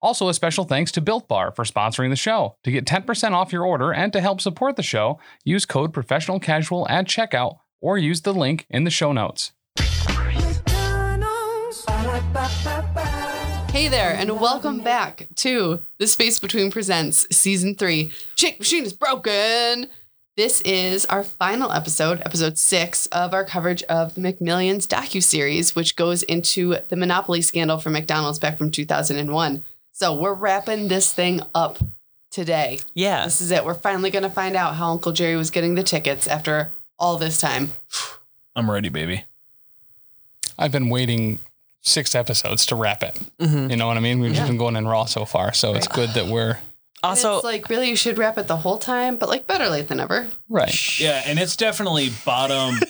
Also, a special thanks to Built Bar for sponsoring the show. To get 10% off your order and to help support the show, use code Professional Casual at checkout or use the link in the show notes. Hey there, and welcome back to The Space Between Presents Season 3. Shake Machine is broken! This is our final episode, episode 6, of our coverage of the McMillions docuseries, which goes into the monopoly scandal for McDonald's back from 2001. So we're wrapping this thing up today. Yeah. This is it. We're finally going to find out how Uncle Jerry was getting the tickets after all this time. I'm ready, baby. I've been waiting six episodes to wrap it. You know what I mean? We've just been going in raw so far, so it's good that we're And Also, it's like, really, you should wrap it the whole time, but like, better late than ever. right. Yeah, and it's definitely bottom.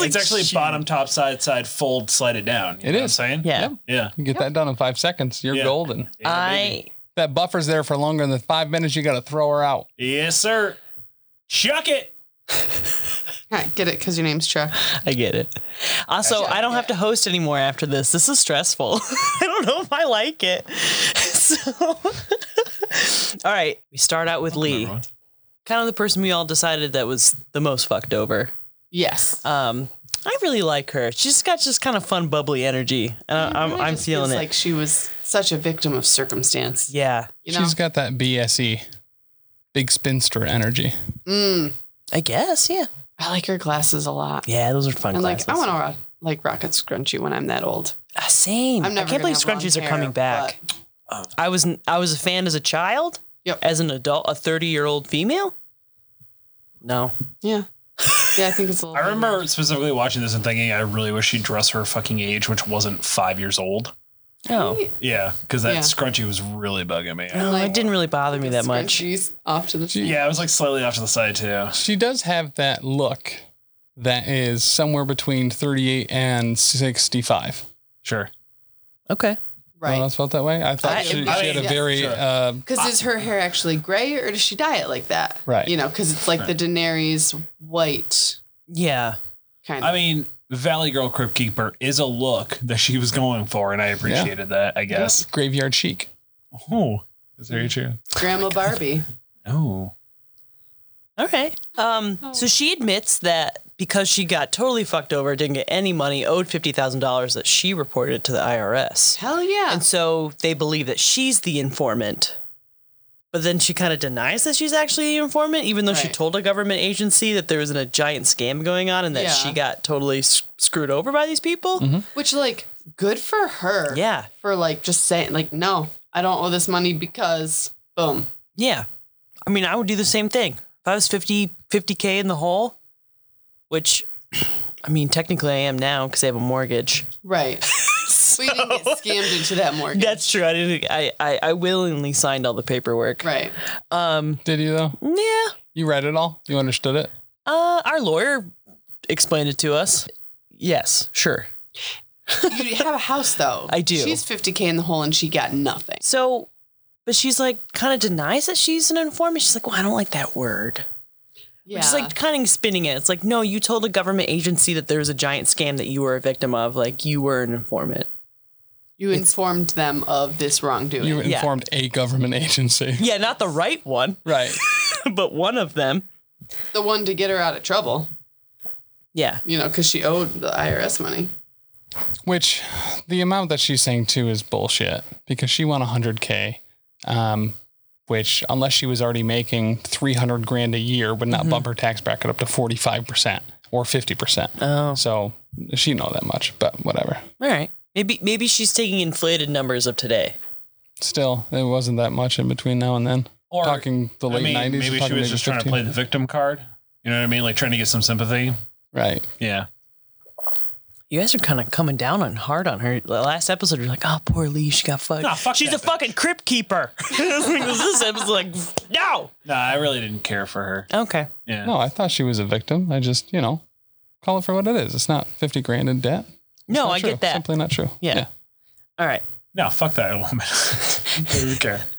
it's, actually bottom, top, side, side, fold, slide it down. You It know what I'm is. saying? yeah. Yeah. You get that done in five seconds, you're Yeah. golden. I That buffer's there for longer than five minutes. You got to throw her out. Yes, sir. Chuck it. Yeah, get it because your name's Chuck. I get it. Also, I don't have to host anymore after this. This is stressful. I don't know if I like it. So, all right, we start out with Lee, kind of the person we all decided that was the most fucked over. Yes. Um, I really like her. She's got just kind of fun, bubbly energy. Uh, I'm, I'm feeling feels it. like Mm-hmm. she was such a victim of circumstance. yeah, You know, She's got that BSE, big spinster energy. I guess. Yeah, I like her glasses a lot. yeah. Those are fun. and classes. like, I want to rock, like rocket scrunchie when I'm that old. Ah, Same. I'm never I can't gonna believe have long scrunchies are hair, coming back. I was I was a fan as a child. Yep. As an adult, a 30 year old female. No. Yeah. Yeah, I think it's a little. I remember specifically watching this and thinking, I really wish she'd dress her fucking age, which wasn't five years old. No. Yeah, because that Yeah. scrunchie was really bugging me. Oh. No, Like- it didn't really bother me that much. Scrunchies off to the side. Yeah, I was like slightly off to the side too. She does have that look that is somewhere between 38 and 65. Sure. Okay. No one Right. else felt that way? I thought I- she, I she had a mean, very, sure. uh, Because is her hair actually gray or does she dye it like that? Right. You know, because it's like the Daenerys white Yeah. kind of. I mean, Valley Girl Crypt Keeper is a look that she was going for, and I appreciated that, I guess. graveyard chic. Oh, is very true. Grandma Barbie. Oh. All right. Um, so she admits that because she got totally fucked over, didn't get any money, owed $50,000 that she reported to the IRS. Hell yeah. And so they believe that she's the informant. But then she kind of denies that she's actually the informant, even though she Right. told a government agency that there was a giant scam going on and that Yeah. she got totally s- screwed over by these people. Which like good for her. Yeah. For like just saying like no, I don't owe this money because boom. Yeah. I mean, I would do the same thing. If I was 50, 50K in the hole, which, I mean, technically I am now because I have a mortgage. Right. We didn't get scammed into that mortgage. That's true. I didn't, I, I, I willingly signed all the paperwork. right. Did you though? Yeah. You read it all? You understood it? Uh, our lawyer explained it to us. Yes, sure. You have a house though. I do. She's 50k in the hole and she got nothing. So, but she's like kind of denies that she's an informant. She's like, well, I don't like that word. Yeah. She's like kind of spinning it. It's like, no, you told a government agency that there was a giant scam that you were a victim of. Like, you were an informant. you informed them of this wrongdoing. You Yeah. informed a government agency. Yeah, not the right one, Right. but one of them. the one to get her out of trouble, Yeah. you know, cuz she owed the IRS money. Which the amount that she's saying too is bullshit because she won 100K, um, which, unless she was already making 300 grand a year, would not bump her tax bracket up to 45% or 50%. Oh. So she know that much, but whatever. All right. Maybe maybe she's taking inflated numbers of today. Still, it wasn't that much in between now and then. Or, talking the I late mean, 90s. Maybe she talking was just trying to 15. play the victim card. You know what I mean? Like trying to get some sympathy. Right. Yeah. You guys are kind of coming down on hard on her. The last episode, you're like, oh, poor Lee, she got fucked. Nah, fuck She's a that bitch. fucking crypt keeper. this episode's like, no. Nah, I really didn't care for her. Okay. Yeah. No, I thought she was a victim. I just, you know, call it for what it is. It's not 50 grand in debt. No, Oh, Not I true. get that. Simply not true. Yeah. All right. No, fuck that woman. I don't care.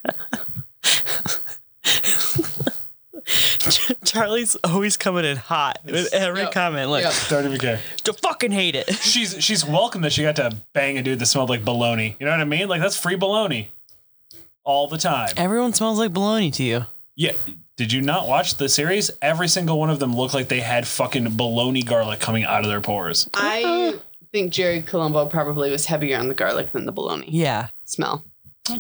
Charlie's always coming in hot with every Yep. comment. Like, Yep. Don't even care. to fucking hate it. She's she's welcome that she got to bang a dude that smelled like baloney. You know what I mean? Like that's free baloney. All the time. Everyone smells like baloney to you. Yeah. Did you not watch the series? Every single one of them looked like they had fucking baloney garlic coming out of their pores. I think Jerry Colombo probably was heavier on the garlic than the bologna Yeah. smell.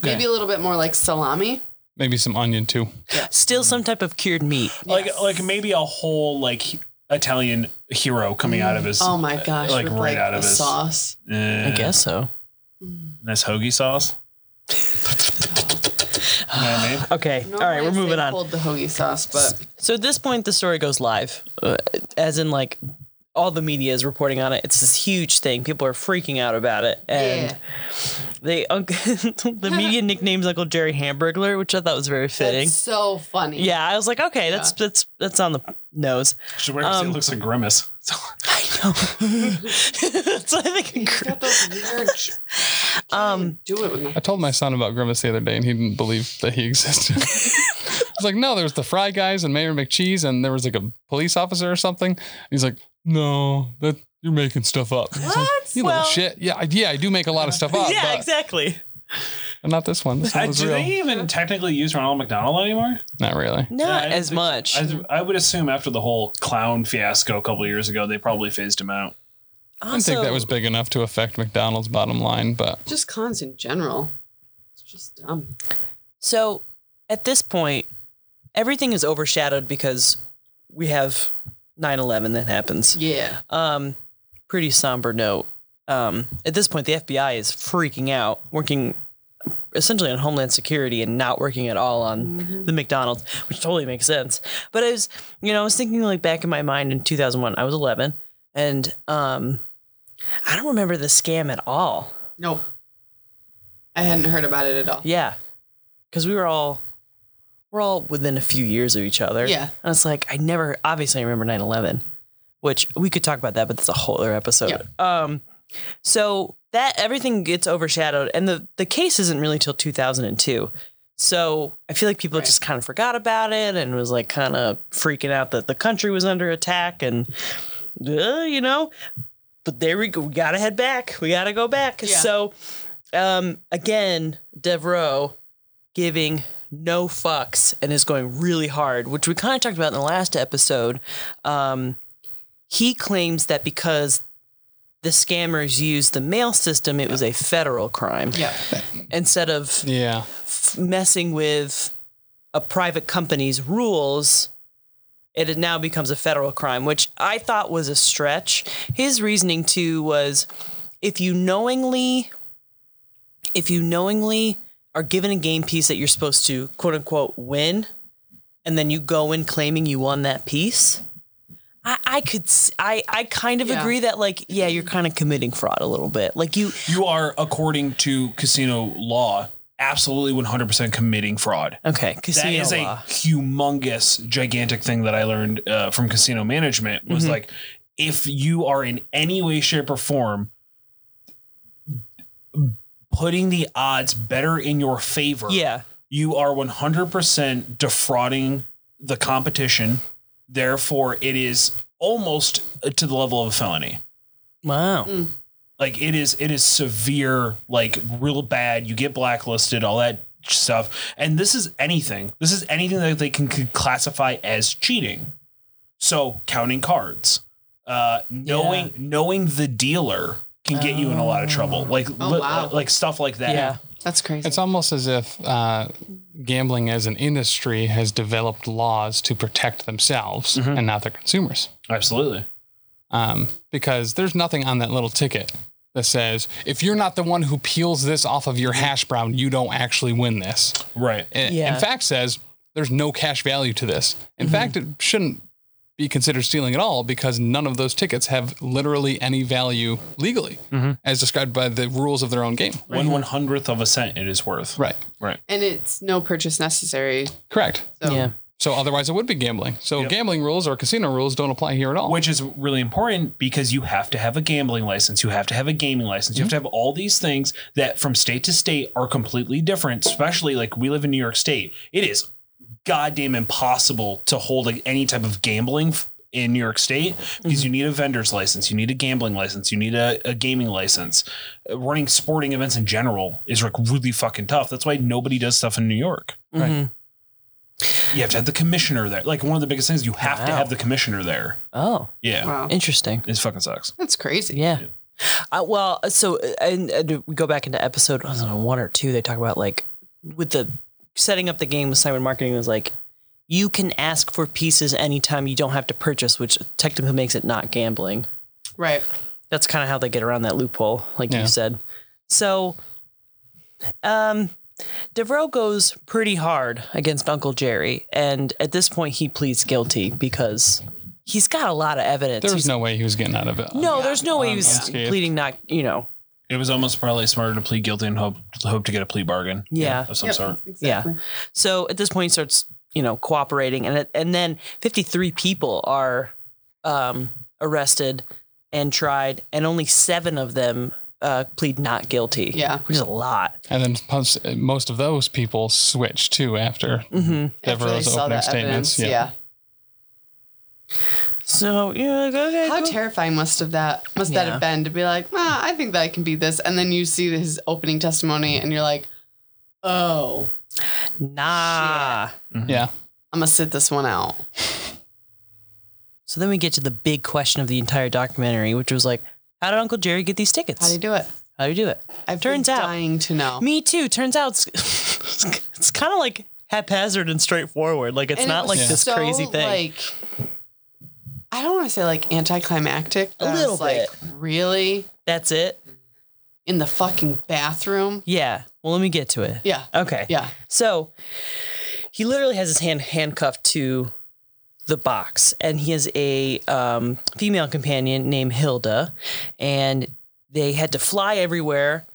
Maybe a little bit more like salami. Maybe some onion too. Still some type of cured meat. Like Yes. like maybe a whole like he- Italian hero coming out of his Oh uh, my gosh! like, with, right out of the his- sauce. Eh, I guess so. That's hoagie sauce. you know what I mean? Okay. All Normally right, we're I say moving on. Hold the hoagie sauce, but So at this point, the story goes live, uh, as in like all the media is reporting on it. It's this huge thing. People are freaking out about it, and yeah, they the media nicknames Uncle Jerry Hamburglar, which I thought was very fitting. that's so funny. yeah, I was like, okay, that's that's that's on the nose. Should wear 'cause it looks like grimace. So, I know. so I think He's got those weird. um, do it with my. I told my son about Grimace the other day and he didn't believe that he existed. I was like, no, there's the Fry Guys and Mayor McCheese and there was like a police officer or something. He's like, no, that you're making stuff up. What? you Well- little shit. Yeah, I, yeah, I do make a lot of stuff up. yeah, but exactly. Not this one. This Uh, one was do real. they even technically use Ronald McDonald anymore? Not really. Not I as think- much. I, th- I would assume after the whole clown fiasco a couple of years ago, they probably phased him out. I didn't think that was big enough to affect McDonald's bottom line, but Just cons in general. It's just dumb. So at this point, everything is overshadowed because we have 9 11 that happens. Yeah. Um, pretty somber note. Um, at this point, the FBI is freaking out, working essentially on Homeland Security and not working at all on the McDonald's, which totally makes sense. But I was, you know, I was thinking like back in my mind in 2001, I was 11, and um, I don't remember the scam at all. Nope. I hadn't heard about it at all. Yeah. Cause we were all we're all within a few years of each other. Yeah. And it's like I never obviously I remember 9-11, which we could talk about that, but that's a whole other episode. Um so that everything gets overshadowed and the the case isn't really till 2002. So I feel like people just kind of forgot about it and was like kind of freaking out that the country was under attack and uh, you know, but there we go. We gotta head back. We gotta go back. Yeah. So, um, again, Devereaux giving no fucks and is going really hard, which we kind of talked about in the last episode. Um, he claims that because the scammers used the mail system, it was a federal crime Yeah. instead of yeah. messing with a private company's rules, it had now becomes a federal crime, which I thought was a stretch. His reasoning too was if you knowingly if you knowingly are given a game piece that you're supposed to quote unquote win, and then you go in claiming you won that piece. I, I could s- I I kind of Yeah. agree that like yeah you're kind of committing fraud a little bit like you You are, according to casino law, absolutely 100% committing fraud. okay That casino is a law. humongous, gigantic thing that I learned uh, from casino management was Mm-hmm. like, if you are in any way, shape, or form putting the odds better in your favor, yeah you are 100% defrauding the competition. Therefore, it is almost uh, to the level of a felony. wow Like it is, it is severe, like real bad. You get blacklisted, all that stuff. And this is anything. This is anything that they can, can classify as cheating. So counting cards, uh, knowing knowing the dealer can get you in a lot of trouble. Like li- uh, wow. like stuff like that. yeah That's crazy. It's almost as if uh, gambling as an industry has developed laws to protect themselves and not their consumers. absolutely. Um, because there's nothing on that little ticket that says, if you're not the one who peels this off of your hash brown, you don't actually win this. Right. It, Yeah. In fact, says there's no cash value to this. In fact, it shouldn't be considered stealing at all because none of those tickets have literally any value legally, as described by the rules of their own game. One one hundredth of a cent it is worth. Right. Right. and it's no purchase necessary. Correct. So Yeah. So otherwise, it would be gambling. So Yep. gambling rules or casino rules don't apply here at all. Which is really important because you have to have a gambling license, you have to have a gaming license, you have to have all these things that from state to state are completely different, especially like we live in New York State. It is goddamn impossible to hold like, any type of gambling f- in New York State because you need a vendor's license, you need a gambling license, you need a, a gaming license. Uh, Running sporting events in general is like really fucking tough. That's why nobody does stuff in New York. Right. You have to have the commissioner there. Like one of the biggest things, you have to Wow. have the commissioner there. Oh, Yeah. wow, interesting. It fucking sucks. that's crazy. Yeah. Uh, well, so uh, and, uh, do we go back into episode I don't know, one or two. They talk about like with the setting up the game with Simon Marketing was like you can ask for pieces anytime you don't have to purchase, which technically makes it not gambling. Right. That's kind of how they get around that loophole, like Yeah. you said. So, um, Devereaux goes pretty hard against Uncle Jerry, and at this point, he pleads guilty because he's got a lot of evidence. There He's- was no way he was getting out of it. no, there's no way he was unscathed. pleading not, you know, It was almost probably smarter to plead guilty and hope hope to get a plea bargain. Yeah. Of some Yep, sort. Exactly. Yeah. So at this point, he starts, you know, cooperating, and it, and then fifty three people are um, arrested and tried, and only seven of them uh, plead not guilty. Yeah. which is a lot. And then pos- most of those people switched too after After they Devereaux's saw opening that statements. evidence, yeah. So yeah, okay, How cool. terrifying must have that must that Yeah. have been to be like, ah, I think that I can beat this, and then you see his opening testimony, and you're like, oh, nah. yeah. yeah. I'm gonna sit this one out. So then we get to the big question of the entire documentary, which was like, how did Uncle Jerry get these tickets? How do you do it? How do you do it? I've Turns been out- dying to know. Me too. Turns out it's, it's kind of like haphazard and straightforward. Like it's And it not was like this so, crazy thing. Like, I don't want to say like anticlimactic. but A I was little like, Really That's it. in the fucking bathroom? Yeah. Well, let me get to it. Yeah. Okay. Yeah. So he literally has his hand handcuffed to the box, and he has a um, female companion named Hilda, and they had to fly everywhere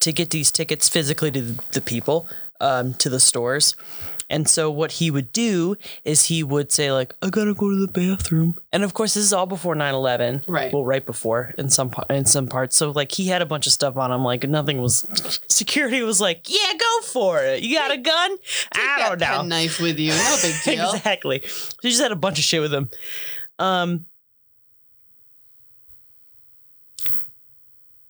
to get these tickets physically to the people, um, to the stores. And so what he would do is he would say like, "I gotta go to the bathroom," and of course this is all before 9-11. Right. Well, right before in some par- in some parts. So like he had a bunch of stuff on him. Like nothing was. Security was like, "Yeah, go for it. You got a gun? I don't Got a know." Knife with you. No big deal. exactly. She just had a bunch of shit with him. Um.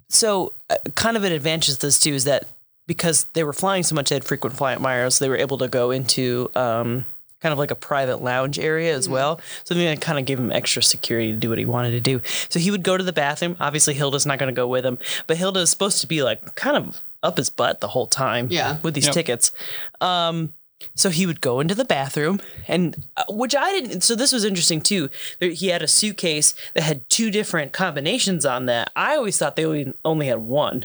So, uh, kind of an advantage to this too is that because they were flying so much, they had frequent flight miles. They were able to go into um, kind of like a private lounge area as Mm-hmm. well. So that kind of gave him extra security to do what he wanted to do. So he would go to the bathroom. Obviously, Hilda's not going to go with him, but Hilda is supposed to be like kind of up his butt the whole time. Yeah. with these Yep. tickets. Um, So he would go into the bathroom, and uh, which I didn't. So this was interesting too. There- He had a suitcase that had two different combinations on that. I always thought they only, only had one.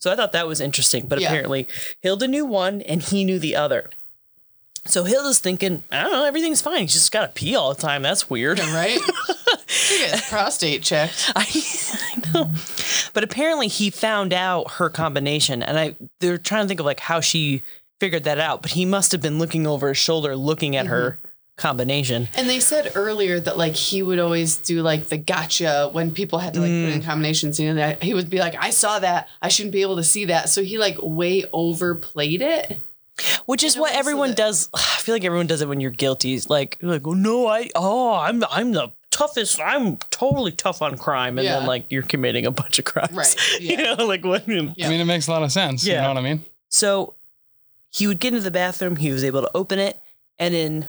So I thought that was interesting. But Yeah. apparently, Hilda knew one and he knew the other. So Hilda's thinking, I don't know, everything's fine. He's just got to pee all the time. That's weird. Right? She gets prostate checked. I, I know. But apparently he found out her combination and I they're trying to think of like how she figured that out, but he must have been looking over his shoulder looking at her Mm-hmm. combination. And they said earlier that like he would always do like the gotcha when people had to like put Mm. in combinations. You know that he would be like, "I saw that. I shouldn't be able to see that." So he like way overplayed it. Which is what so everyone that- does. I feel like everyone does it when you're guilty. It's Like, you're like, oh no, I oh I'm I'm the toughest. I'm totally tough on crime, and then Yeah. like you're committing a bunch of crimes. Right, you yeah. know, like what? I mean, it makes a lot of sense. You Yeah. know what I mean? So he would get into the bathroom. He was able to open it, and in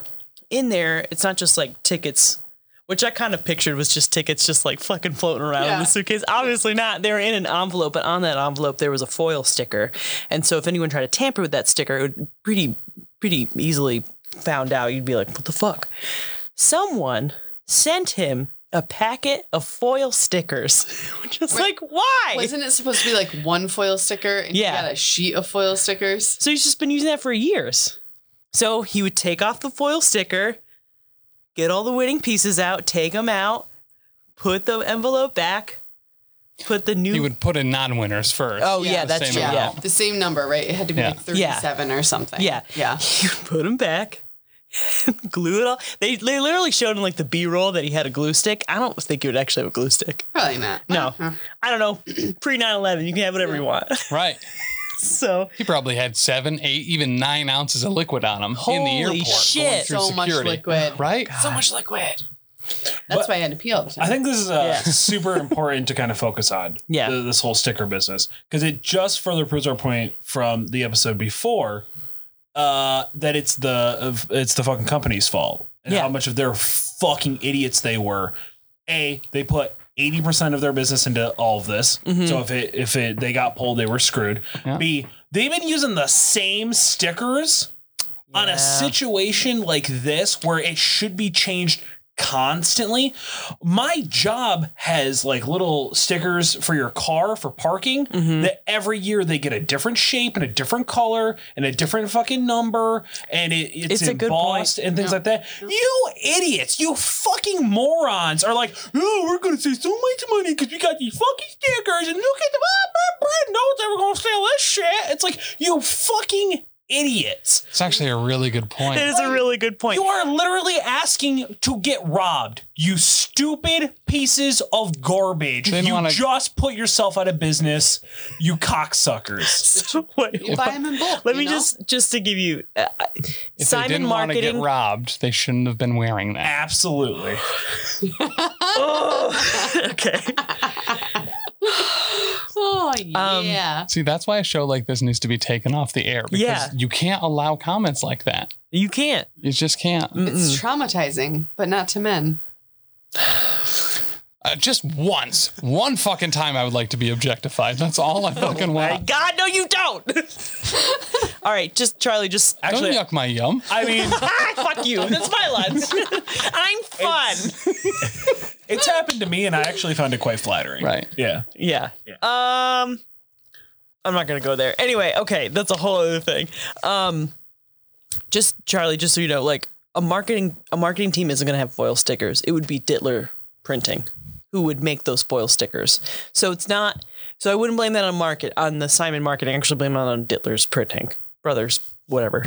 in there, it's not just like tickets, which I kind of pictured was just tickets, just like fucking floating around in Yeah. the suitcase. Obviously not. They were in an envelope, but on that envelope there was a foil sticker, and so if anyone tried to tamper with that sticker, it would pretty pretty easily found out. You'd be like, what the fuck? Someone sent him. A packet of foil stickers, which is like, why? Wasn't it supposed to be like one foil sticker and Yeah. you got a sheet of foil stickers? So he's just been using that for years. So he would take off the foil sticker, get all the winning pieces out, take them out, put the envelope back, put the He new. would put in non-winners first. Oh, yeah, The that's same true, amount. yeah. The same number, right? It had to be Yeah. like 37 or something. Yeah. Yeah. you put them back, glue it all. They they literally showed in like the B roll that he had a glue stick. I don't think you would actually have a glue stick. Probably not. No, I don't know. Pre 9 11, you can have whatever you want. Right. so He probably had seven, eight, even nine ounces of liquid on him in the Holy airport. going shit. through So much liquid. Right? So much liquid. That's why I had to pee all the time. I think this is uh, Yeah. super important to kind of focus on. Yeah. th- this whole sticker business because it just further proves our point from the episode before uh, that it's the of, it's the fucking company's fault and Yeah. how much of their fucking idiots they were. A, they put. 80% of their business into all of this. So if it if it they got pulled, they were screwed. B, they've been using the same stickers on a situation like this where it should be changed constantly my job has like little stickers for your car for parking that every year they get a different shape and a different color and a different fucking number and it, it's, It's a good embossed and things like that you idiots you fucking morons are like oh we're gonna save so much money because we got these fucking stickers and look at them ah, blah, blah, no one's ever gonna sell this shit it's like you fucking idiots It's actually a really good point. it is a really good point. you are literally asking to get robbed, you stupid pieces of garbage. Didn't you wanna- just put yourself out of business, you cocksuckers. So wait, you buy them in bulk. Let you me know? just just to give you uh, I- if they Simon didn't want to get marketing. robbed, they shouldn't have been wearing that. Absolutely. okay, Oh, um, yeah. See, that's why a show like this needs to be taken off the air because Yeah. you can't allow comments like that. you can't. You just can't. Mm. it's traumatizing, but not to men. Uh, just once, one fucking time, I would like to be objectified. That's all Oh I fucking want. God, no, you don't. All right, just Charlie, just Don't Actually, yuck my yum. I mean, ah, fuck you. That's my line. I'm fun. it's happened to me and I actually found it quite flattering. Right. Yeah. Yeah. Um I'm not gonna go there. Anyway, okay, that's a whole other thing. Um just Charlie, just so you know, like a marketing a marketing team isn't gonna have foil stickers. It would be Dittler printing who would make those foil stickers. So it's not so I wouldn't blame that on market on the Simon marketing, I actually blame that on Dittler's printing. Brothers, whatever.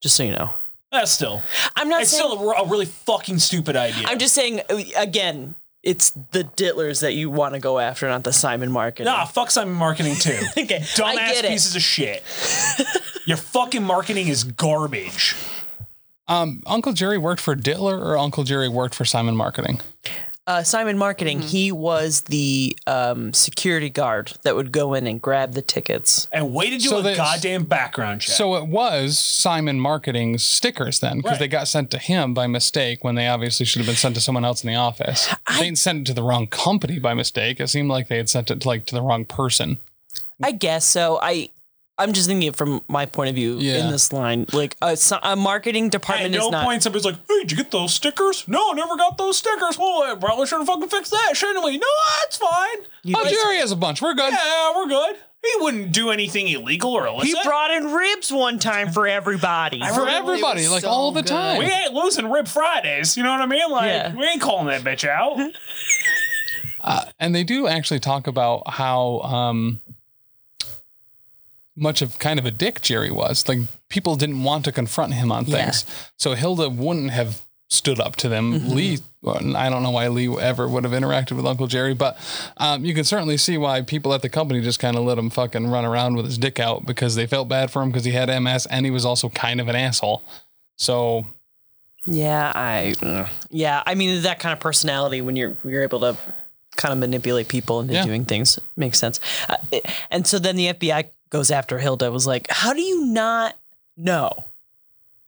Just so you know. That's still, I'm not it's saying still a, a really fucking stupid idea. I'm just saying uh, again, it's the Dittlers that you want to go after, not the Simon marketing. Nah, fuck Simon Marketing too. Okay, I Dumbass get it. pieces of shit. Your fucking marketing is garbage. Um, Uncle Jerry worked for Dittler, or Uncle Jerry worked for Simon Marketing. uh, Simon Marketing, he was the um, security guard that would go in and grab the tickets. And way to do So a they- goddamn background check. So it was Simon Marketing's stickers then, because Right. they got sent to him by mistake when they obviously should have been sent to someone else in the office. they didn't send it to the wrong company by mistake. It seemed like they had sent it like to the wrong person. I guess so. I I'm just thinking it from my point of view Yeah. in this line, like a, si- a marketing At department no is not. point somebody's like, "Hey, did you get those stickers?" No, I never got those stickers. Well, I probably should have fucking fixed that, shouldn't we? No, that's fine. oh, Jerry has a bunch. We're good. Yeah, we're good. He wouldn't do anything illegal or illicit. he brought in ribs one time for everybody. For remember it everybody, was like so all the good. time. we ain't losing Rib Fridays. You know what I mean? Like, Yeah. we ain't calling that bitch out. Uh, And they do actually talk about how um, much of kind of a dick Jerry was. Like people didn't want to confront him on Yeah. things, so Hilda wouldn't have stood up to them. Mm-hmm. Lee, well, I don't know why Lee ever would have interacted with Uncle Jerry, but um, you can certainly see why people at the company just kind of let him fucking run around with his dick out because they felt bad for him because he had MS and he was also kind of an asshole. So Yeah, I. Yeah, I mean that kind of personality when you're you're able to kind of manipulate people into Yeah. doing things makes sense. Uh, it- and so then the FBI goes after Hilda. Was like, how do you not know?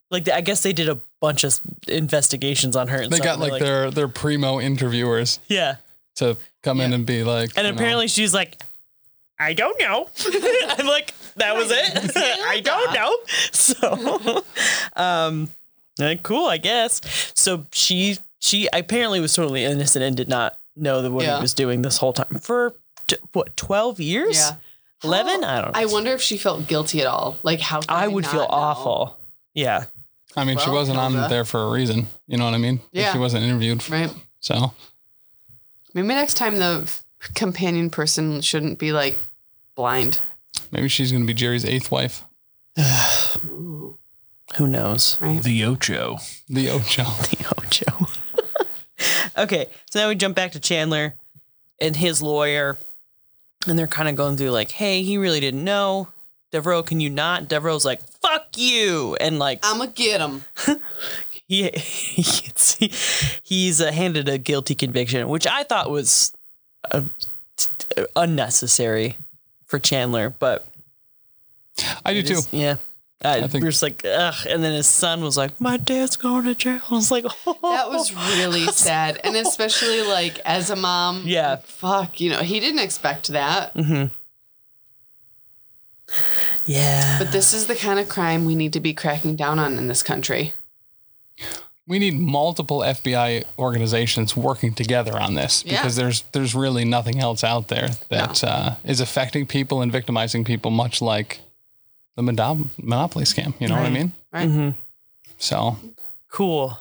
Like, I guess they did a bunch of investigations on her. And they stuff, got and they're like, their their primo interviewers yeah. to come in and be like, And you know, apparently she's like, I don't know. I'm like, that was it. I don't know. So, um, eh, cool, I guess. So she she apparently was totally innocent and did not know that what Yeah. he was doing this whole time for t- what twelve years? Yeah. eleven? I don't. know. I wonder if she felt guilty at all. Like how could I would not feel know? awful. Yeah. I mean, she Well, wasn't on Hilda. there for a reason. You know what I mean? Like, Yeah. She wasn't interviewed. For, right? So Maybe next time the f- companion person shouldn't be like blind. maybe she's going to be Jerry's eighth wife, Who knows? The Ocho. the Ocho. Ocho. okay, so now we jump back to Chandler and his lawyer, and they're kind of going through like, "Hey, he really didn't know." Devereaux, can you not? Devereaux's like, "Fuck you," and like I'm gonna get him. he, he gets- he- he's uh, handed a guilty conviction, which I thought was uh, t- t- unnecessary for Chandler, but I do too. just- yeah. Uh, think- we're just like, ugh. And then his son was like, "My dad's going to jail." I was like, "Oh, That was really sad, and especially like as a mom. Yeah. Fuck, you know he didn't expect that. yeah." But this is the kind of crime we need to be cracking down on in this country. We need multiple FBI organizations working together on this Yeah. because there's there's really nothing else out there that uh, is affecting people and victimizing people, much like the Mono- Monopoly scam. You know what I mean? Right. So cool.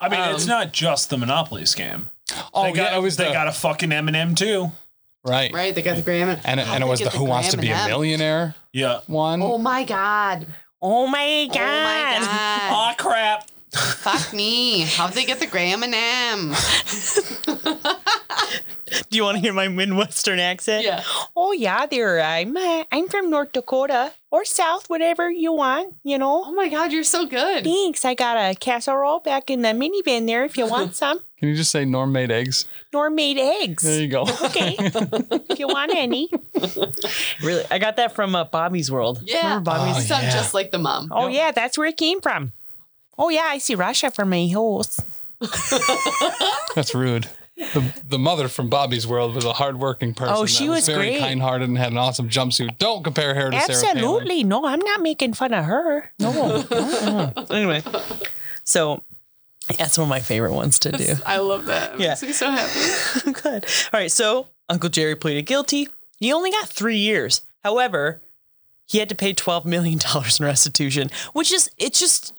I mean, it's not just the Monopoly scam. oh They got, yeah, it was they the got a fucking Eminem too. right. Right? They got the gram. And, it- and it was the Who Wants to Be a Millionaire Yeah. one. Oh my god. Oh my god. Oh my god. Ah. Aw, crap. Fuck me. How'd they get the gram and M? Do you want to hear my Midwestern accent? Yeah. Oh yeah, there. I'm uh, I'm from North Dakota or South, whatever you want. You Oh know. my god, you're so good. Thanks. I got a casserole back in the minivan there. If you want some, Can you just say Norm made eggs? nor made There eggs. you go. Okay, if you want any. Really, I got that from uh, Bobby's World. Yeah. Bobby's- You sound Oh, yeah. just like the mom. Oh yeah, that's where it came from. Oh yeah, I see Russia from my house. That's rude. The, the mother from Bobby's World was a hardworking person. Oh, she that was very great. kind-hearted and had an awesome jumpsuit. Don't compare her to Sarah Palin. Absolutely. No, I'm not making fun of her. No. Uh-uh. anyway, so that's one of my favorite ones to do. I love that. Yeah. Makes me so happy. Good. All right. So Uncle Jerry pleaded guilty. He only got three years. However, he had to pay $12 million in restitution, which is, it's just,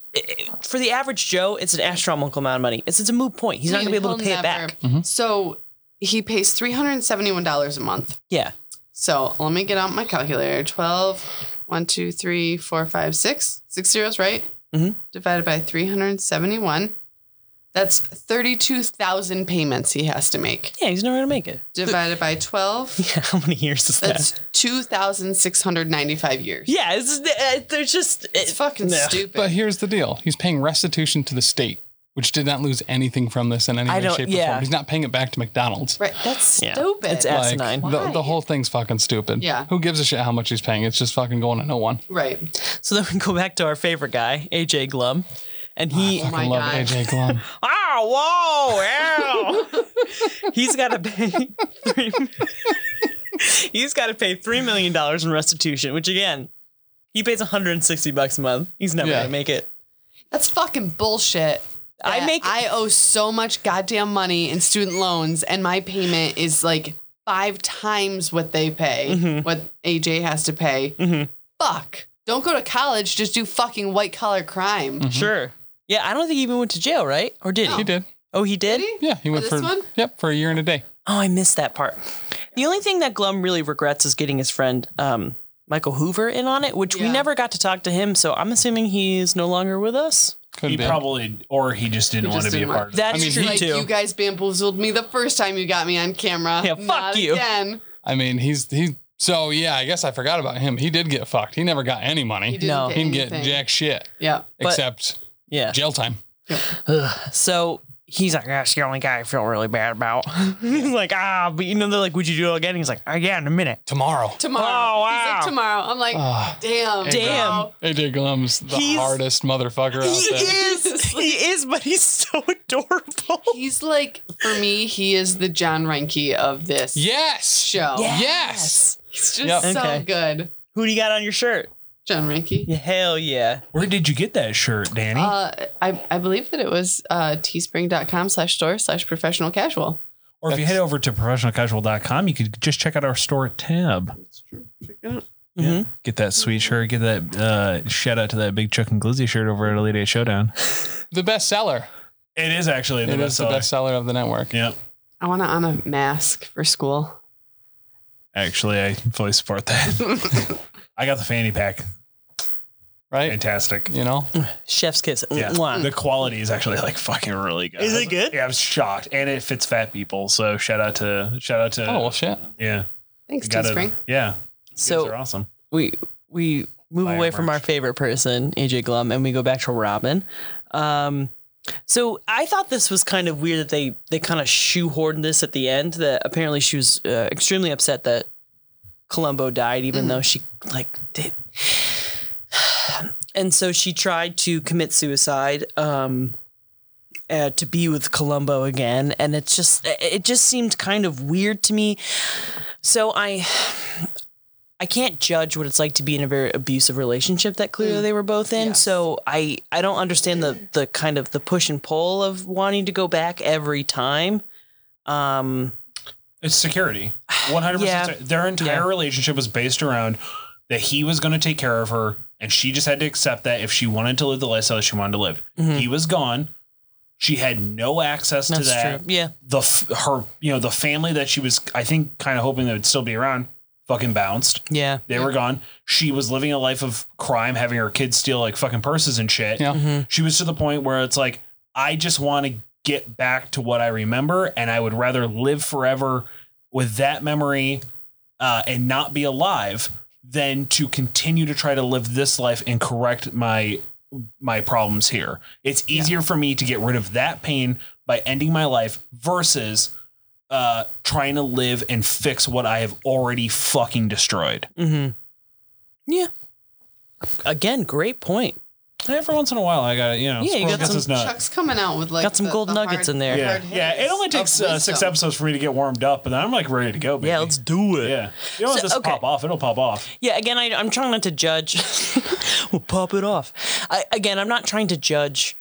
for the average Joe, it's an astronomical amount of money. It's, it's a moot point. He's not going to be able to pay He'll it never- back. Mm-hmm. So he pays three hundred and seventy-one dollars a month. Yeah. So let me get out my calculator. 12, 1, 2, 3, 4, 5, 6. Six zeros, right? Mhm. Divided by 371. That's 32,000 payments he has to make. Yeah. He's never going to make it. Divided by 12, Yeah. How many years is that? that's 2,695 years. yeah. It's, uh, they're just, It's fucking no. stupid. But here's the deal: he's paying restitution to the state, which did not lose anything from this in any I way, don't- shape, or yeah. form. He's not paying it back to McDonald's. right. That's Yeah. stupid. It's ab- Like, Asinine. the, the Why? whole thing's fucking stupid. Yeah. Who gives a shit how much he's paying? It's just fucking going to no one. right. So then we go back to our favorite guy, AJ Glum. And he, I Oh my love God. AJ Glum. oh, whoa, wow. he's got to pay three, he's got to pay $3 million in restitution, which again, he pays 160 bucks a month. He's never Yeah. going to make it. That's fucking bullshit. I that make- I owe so much goddamn money in student loans, and my payment is like five times what they pay, Mm-hmm. what AJ has to pay. Fuck. Don't go to college. Just do fucking white collar Mm. crime. Sure. Yeah. I don't think he even went to jail, right? Or did he he? did. Oh, he did? Did he? Yeah, he For went this for one? yep for a year and a day. Oh, I missed that part. The only thing that Glum really regrets is getting his friend, um, Michael Hoover in on it, which we Yeah. never got to talk to him. So I'm assuming he is no longer with us. Could He be. probably, or he just didn't He want just to be a didn't part of it. That's mean, true he- Like too. you guys bamboozled me the first time you got me on camera. Yeah, fuck Not you. Again, I mean, he's he. So yeah, I guess I forgot about him. He did get fucked. He never got any money. you didn't No. get He didn't get anything. jack shit Yeah. except yeah. jail time. So he's like, that's the only guy I feel really bad about. he's like, ah, but you know, they're like, would you do it again? He's like, oh, yeah, in a minute. Tomorrow. Tomorrow. Oh, He's wow. like, tomorrow. I'm like, damn. Damn. bro. AJ Glum's the He's- hardest motherfucker out there. is. he is, but he's so adorable. He's like, for me, he is the John Reinke of this Yes. show. Yes. It's just Yep. so Okay. good. Who do you got on your shirt? John Ranky. Hell yeah. Where did you get that shirt, Danny? Uh, I, I believe that it was uh, teespring.com slash store slash professional casual. or if you head over to professionalcasual.com, you could just check out our store tab. Get that sweet shirt. Get that uh, shout out to that big Chuck and Glizzy shirt over at Elite Eight Showdown. The best seller. It is actually the It best is the seller. best seller of the network. Yep. I want to on a mask for school. Actually, I fully support that. I got the fanny pack. Right? Fantastic. You know? Chef's kiss. Yeah. Mwah. The quality is actually like fucking really good. Is it good? Yeah, I was shocked. And it fits fat people. So shout out to shout out to Oh well shit. Yeah. Thanks, You gotta- Teespring. Yeah. So so are awesome. we we move Buy our away from our merch. favorite person, AJ Glum, and we go back to Robin. Um, so I thought this was kind of weird that they they kind of shoehorned this at the end. That apparently she was uh, extremely upset that Columbo died, even though she like did. And so she tried to commit suicide um, uh, to be with Columbo again, and it's just it- it just seemed kind of weird to me. So I I can't judge what it's like to be in a very abusive relationship that clearly they were both in. So I I don't understand the the kind of the push and pull of wanting to go back every time. Um It's security. 100%. Yeah. Their entire Yeah. relationship was based around that he was going to take care of her and she just had to accept that if she wanted to live the lifestyle that she wanted to live. He was gone. She had no access to Mm-hmm. that's that. true. Yeah. The f- her, you know, the family that she was I think kind of hoping that would still be around fucking bounced. Yeah. They were gone. She was living a life of crime, having her kids steal like fucking purses and shit. Yeah. Mm-hmm. She was to the point where it's like, I just want to get back to what I remember, and I would rather live forever with that memory uh, and not be alive than to continue to try to live this life and correct my my problems here. It's easier for me to get rid of that pain by ending my life versus uh trying to live and fix what I have already fucking destroyed. Mm-hmm. Yeah. Again, great point. Every once in a while I got you Yeah, know, you squirrel got gets some his nut. Chuck's coming out with like Got some the- gold the nuggets hard- in there. Yeah, hard yeah. It hitting only takes of uh, six wisdom. episodes for me to get warmed up, and then I'm like ready to go. Baby. Yeah, let's do it. Yeah, you don't want So, this to okay. pop off. It'll pop off. Yeah, again, I, I'm trying not to judge. we'll pop it off. I, again, I'm not trying to judge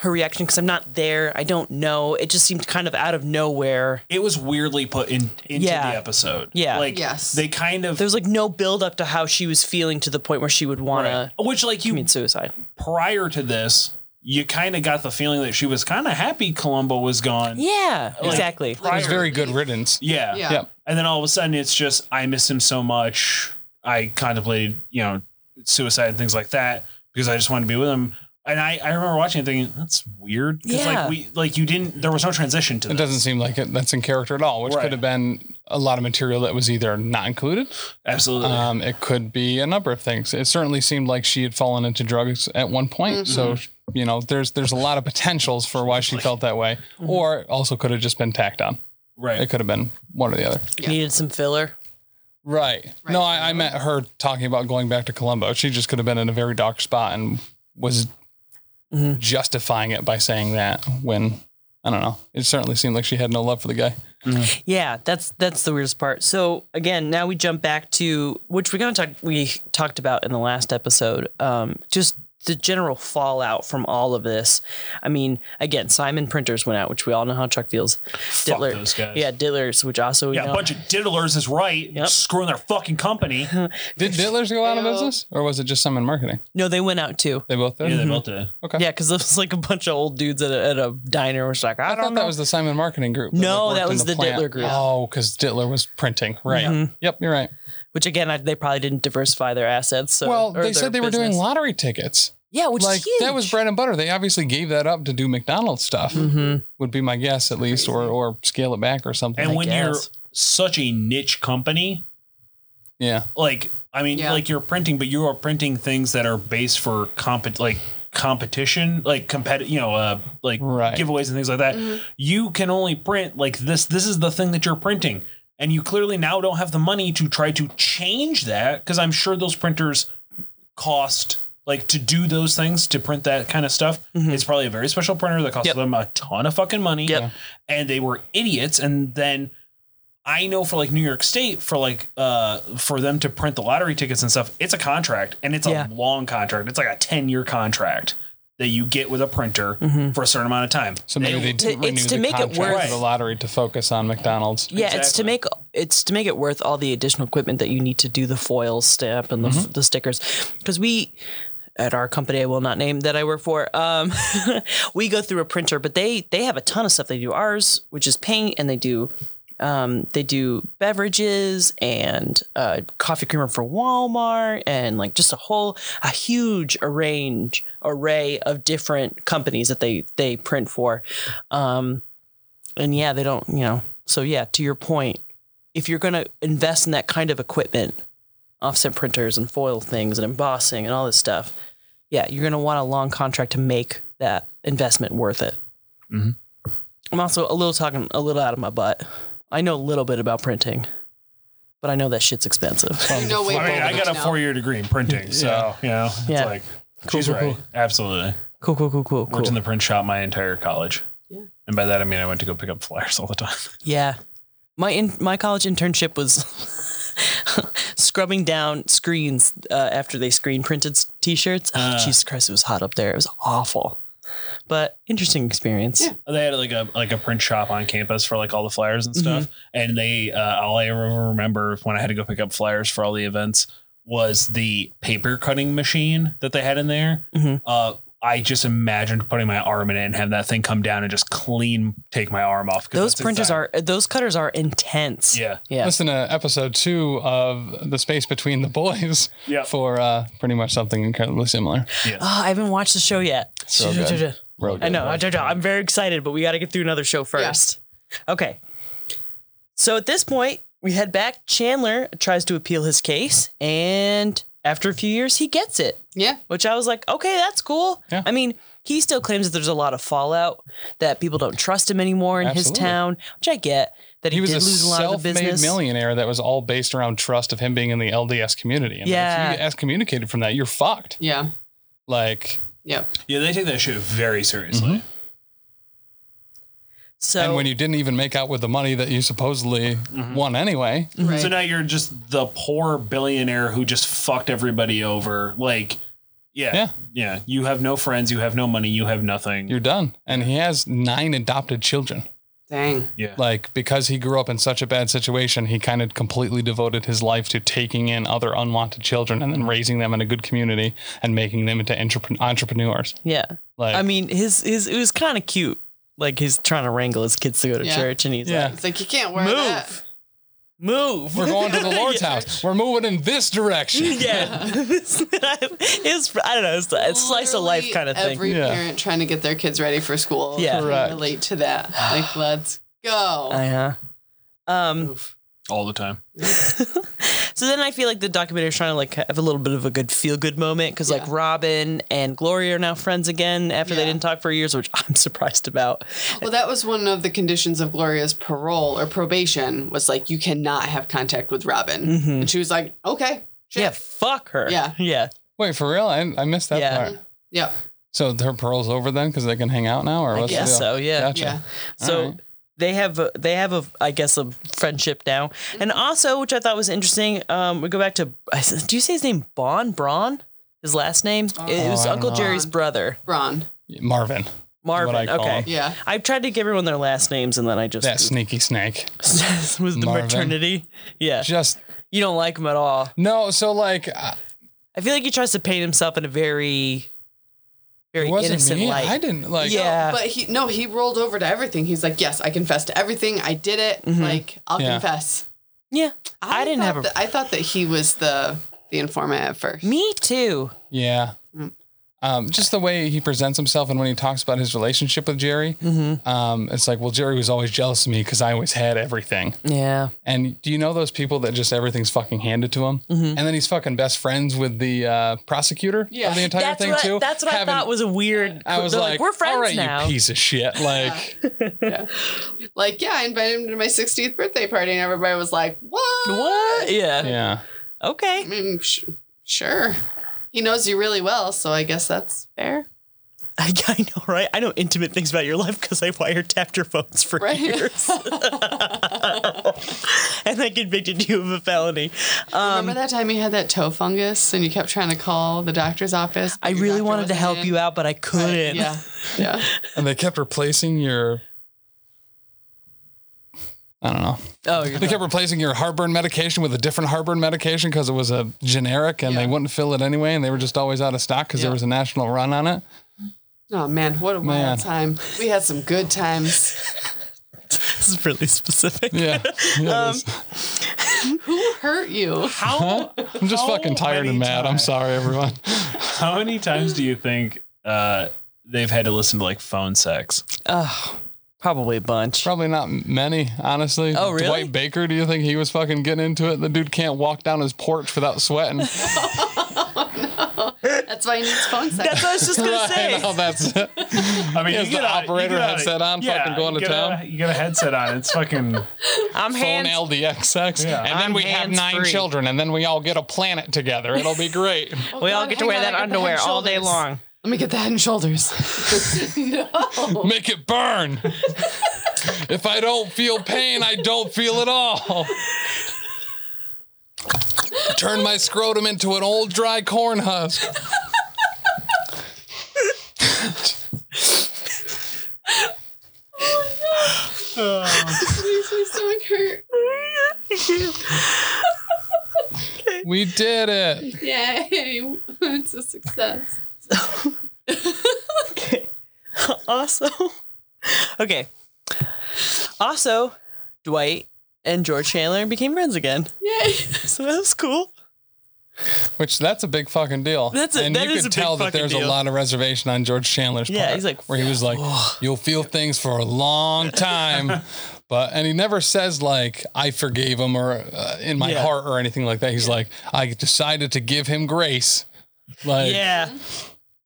her reaction because I'm not there. I don't know. It just seemed kind of out of nowhere. It was weirdly put in into Yeah. the episode. Yeah. like Yes. they kind of There was like no build up to how she was feeling to the point where she would want right. to which like you commit suicide. prior to this, you kind of got the feeling that she was kind of happy Columbo was gone. Yeah, exactly. It was very good riddance. yeah, Yeah. Yep. And then all of a sudden, it's just I miss him so much. I contemplated, you know, suicide and things like that because I just wanted to be with him. And I, I remember watching it thinking that's weird. 'Cause, Yeah. Like we like you didn't. There was no transition to It this. doesn't seem like it, that's in character at all, which Right. could have been a lot of material that was either not included. Absolutely. Um, it could be a number of things. It certainly seemed like she had fallen into drugs at one point. So, you know, there's there's a lot of potentials for why she felt that way. Or also could have just been tacked on. It right. could have been one or the other. Needed some filler. Right. No, I, I meant her talking about going back to Colombo. She just could have been in a very dark spot and was justifying it by saying that when I don't know. It certainly seemed like she had no love for the guy. Yeah, that's that's the weirdest part. So again, now we jump back to which we're gonna talk we talked about in the last episode. Um, just the general fallout from all of this. I mean, again, Simon Printers went out, which we all know how Chuck feels. Fuck those guys. yeah, Diddlers, which also we Yeah, a know- bunch of diddlers is right. Screwing their fucking company. yeah, Did Diddlers go out of business? Or was it just some in marketing? no, they went out too. They both did? Mm-hmm. they both did. Okay. Yeah, because it was like a bunch of old dudes at a, at a diner. Which like I, I, don't thought know. that was the Simon Marketing Group. No, like, that worked in was the plant. Dittler group. Mm-hmm. Oh, because Dittler was printing. Right. Yep, you're right. which again, I, they probably didn't diversify their assets. So, Well, or they their said they were doing business. lottery tickets. yeah, which like is huge. that was bread and butter. They obviously gave that up to do McDonald's stuff. Mm-hmm. Would be my guess, at least, or or scale it back or something. And when you're guess. such a niche company, yeah, like I mean, Yeah. like you're printing, but you are printing things that are based for compet like competition, like competitive, you know, uh, like Right. giveaways and things like that. You can only print like this. This is the thing that you're printing, and you clearly now don't have the money to try to change that because I'm sure those printers cost. Like to do those things to print that kind of stuff, it's probably a very special printer that cost Mm-hmm. Yep. them a ton of fucking money. Yep. Yeah. And they were idiots. And then I know for like New York State, for like uh for them to print the lottery tickets and stuff, it's a contract and it's Yeah. a long contract. It's like a 10 year contract. that you get with a printer Mm-hmm. for a certain amount of time. So maybe they didn't it's renew to the make it contract worth- for the lottery to focus on McDonald's. Yeah, it's to make it's to make it worth all the additional equipment that you need to do the foil stamp and the, f the stickers, because we at our company I will not name that I work for, um, we go through a printer, but they they have a ton of stuff. They do ours, which is paint, and they do um, they do beverages and uh, coffee creamer for Walmart, and like just a whole a huge arrange array of different companies that they they print for. Um, and yeah, they don't, you know. So yeah, to your point, if you're going to invest in that kind of equipment, offset printers and foil things and embossing and all this stuff, yeah, you're going to want a long contract to make that investment worth it. I'm also a little talking a little out of my butt. I know a little bit about printing, but I know that shit's expensive. You know, way I mean, more I than got a now. four year degree in printing, so you know, it's Yeah. like she's cool, right. cool. Absolutely. Cool, cool, cool, cool, Worked in cool. the print shop my entire college. Yeah. And by that I mean I went to go pick up flyers all the time. Yeah. My in, my college internship was scrubbing down screens uh, after they screen printed s- t-shirts. Oh, Ah. Jesus Christ, it was hot up there. It was awful. But interesting experience. Yeah. they had like a like a print shop on campus for like all the flyers and stuff. And they uh, all I ever remember when I had to go pick up flyers for all the events was the paper cutting machine that they had in there. Uh, I just imagined putting my arm in it and have that thing come down and just clean take my arm off. 'cause Those that's printers exact- are those cutters are intense. Yeah. Yeah. Listen to episode two of The Space Between the Boys Yeah. for uh, pretty much something incredibly similar. Oh, I haven't watched the show yet. So good. Real I good. know. I'm very excited, but we got to get through another show first. Okay. So at this point, we head back. Chandler tries to appeal his case, and after a few years, he gets it. Yeah. which I was like, okay, that's cool. Yeah. I mean, he still claims that there's a lot of fallout, that people don't trust him anymore in his Absolutely. town, which I get. That he, He was did a lose a lot of the self-made business. millionaire that was all based around trust of him being in the LDS community. And Yeah. if you get excommunicated from that, you're fucked. Yeah. Like, Yep. Yeah, they take that shit very seriously. So and when you didn't even make out with the money that you supposedly won anyway, Mm-hmm. Right. So now you're just the poor billionaire who just fucked everybody over. Like, yeah, Yeah. yeah, You have no friends. You have no money. You have nothing. you're done. And he has nine adopted children. Dang. yeah. like because he grew up in such a bad situation, he kind of completely devoted his life to taking in other unwanted children and then Mm-hmm. raising them in a good community and making them into entrepre- entrepreneurs. yeah, Like, I mean, his his it was kind of cute. Like he's trying to wrangle his kids to go to Yeah. church, and he's yeah, It's like you can't wear like, that. move, move. we're going to the Lord's house. We're moving in this direction. yeah, it's I don't know. It's a slice of life Literally kind of thing. Every Yeah. parent trying to get their kids ready for school. Yeah. can Correct. relate to that. Like, let's go. Uh-huh. Um, Oof. all the time. So then I feel like the documentary is trying to like have a little bit of a good feel good moment because like Yeah. Robin and Gloria are now friends again after they Yeah. didn't talk for years, which I'm surprised about. Well, that was one of the conditions of Gloria's parole or probation was like you cannot have contact with Robin, Mm-hmm. and she was like, okay, shit. Yeah, fuck her. Yeah. yeah. Wait for real? I, I missed that Yeah. part. Yep. So their parole's over then because they can hang out now, or I what's the guess deal? so. Yeah. Gotcha. Yeah. So they have a, they have a I guess a friendship now, and Mm-hmm. also which I thought was interesting. Um, we go back to I s- do you say his name Bon Braun? His last name it was Oh, I don't Uncle know. Jerry's brother Braun. Marvin, Marvin. I call Okay. him. Yeah. I tried to give everyone their last names and then I just that sneaky snake, was the Marvin. maternity. Yeah. just You don't like him at all. no. So like, uh, I feel like he tries to paint himself in a very, very it wasn't innocent me. light. I didn't like. Yeah. Oh, But he no, he rolled over to everything. He's like, yes, I confess to everything. I did it. Like I'll Yeah. confess. yeah, Mm-hmm. I, didn't thought have a. Mm-hmm. that- I thought that he was the the informant at first. me too. Yeah. Mm. Um, just the way he presents himself and when he talks about his relationship with Jerry, Mm-hmm. um, it's like, well, Jerry was always jealous of me because I always had everything. Yeah, And do you know those people that just everything's fucking handed to him? And Mm-hmm. then he's fucking best friends with the uh, prosecutor Yeah. of the entire that's thing what. too. that's what Having- I thought was a weird. I was they're like, we're friends all right, now. you piece of shit. Like, Like, yeah, I invited him to my 60th birthday party, and everybody was like, what? what? Yeah. yeah. Okay. I mean, sh- sure. He knows you really well, so I guess that's fair. I, I know, right? I know intimate things about your life because I wiretapped your phones for Right. years, and I convicted you of a felony. Remember that time you had that toe fungus and you kept trying to call the doctor's office? I really wanted to help you out, but I couldn't. Yeah, yeah. And they kept replacing your. I don't know. Oh, you're They kept replacing your heartburn medication with a different heartburn medication because it was a generic and they Yeah. wouldn't fill it anyway. And they were just always out of stock because there Yeah. was a national run on it. Oh man, what a wild Man. time! We had some good times. this is really specific. Yeah. Yeah, it is. Who hurt you? How I'm just how fucking tired many and mad. I'm times- sorry, everyone. How many times do you think uh, they've had to listen to like phone sex? Probably a bunch. Probably not many, honestly. Oh, really? Dwight Baker, do you think he was fucking getting into it? The dude can't walk down his porch without sweating. That's why he needs phone sex. That's what I was just gonna I say. know that's it. I mean, He has the a- operator get a- headset on, fucking going you to get town. A, you get a headset on. It's fucking. I'm Phone hands. LDXX. Yeah. And then I'm we have nine hands-free. children, and then we all get a planet together. It'll be great. we all God, get to hang wear on, that I got the underwear head all day shoulders. long. Let me get the head and shoulders. no. Make it burn. if I don't feel pain, I don't feel it all. Turn my scrotum into an old dry corn husk. Makes my stomach hurt. We did it. Yay! it's a success. also, okay. Also, Dwight and George Chandler became friends again. Yay! So that was cool. Which that's a big fucking deal. That's a- and that you is could a big tell that fucking there's a deal. lot of reservation on George Chandler's Yeah, part. he's like, where he was like, "You'll feel things for a long time," but and he never says like, "I forgave him" or uh, "in my Yeah. heart" or anything like that. He's like, "I decided to give him grace." Like, Yeah.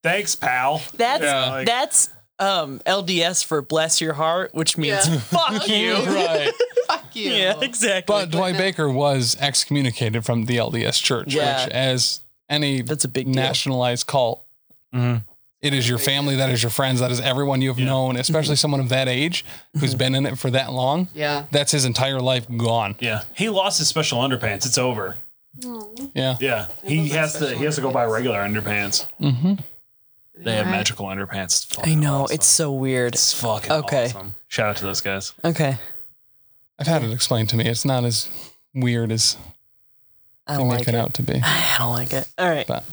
Thanks, pal. That's Yeah, like- that's um LDS for bless your heart, which means Yeah. fuck you. right. Fuck you. Yeah, exactly. But Dwight Baker was excommunicated from the LDS Church, Yeah. which, as any That's a big deal. nationalized cult, Mm-hmm. it is your family, that is your friends, that is everyone you have known, especially someone of that age who's been in it for that long. Yeah. That's his entire life gone. Yeah, he lost his special underpants. It's over. Yeah. Yeah, he has to. He has to go buy regular underpants. Mm-hmm. They have magical underpants. It's I fucking know, awesome. it's so weird. It's fucking Okay. awesome. Shout out to those guys. Okay. I've had it explained to me. It's not as weird as I they don't make like it it. out to be. I don't like it. All right. But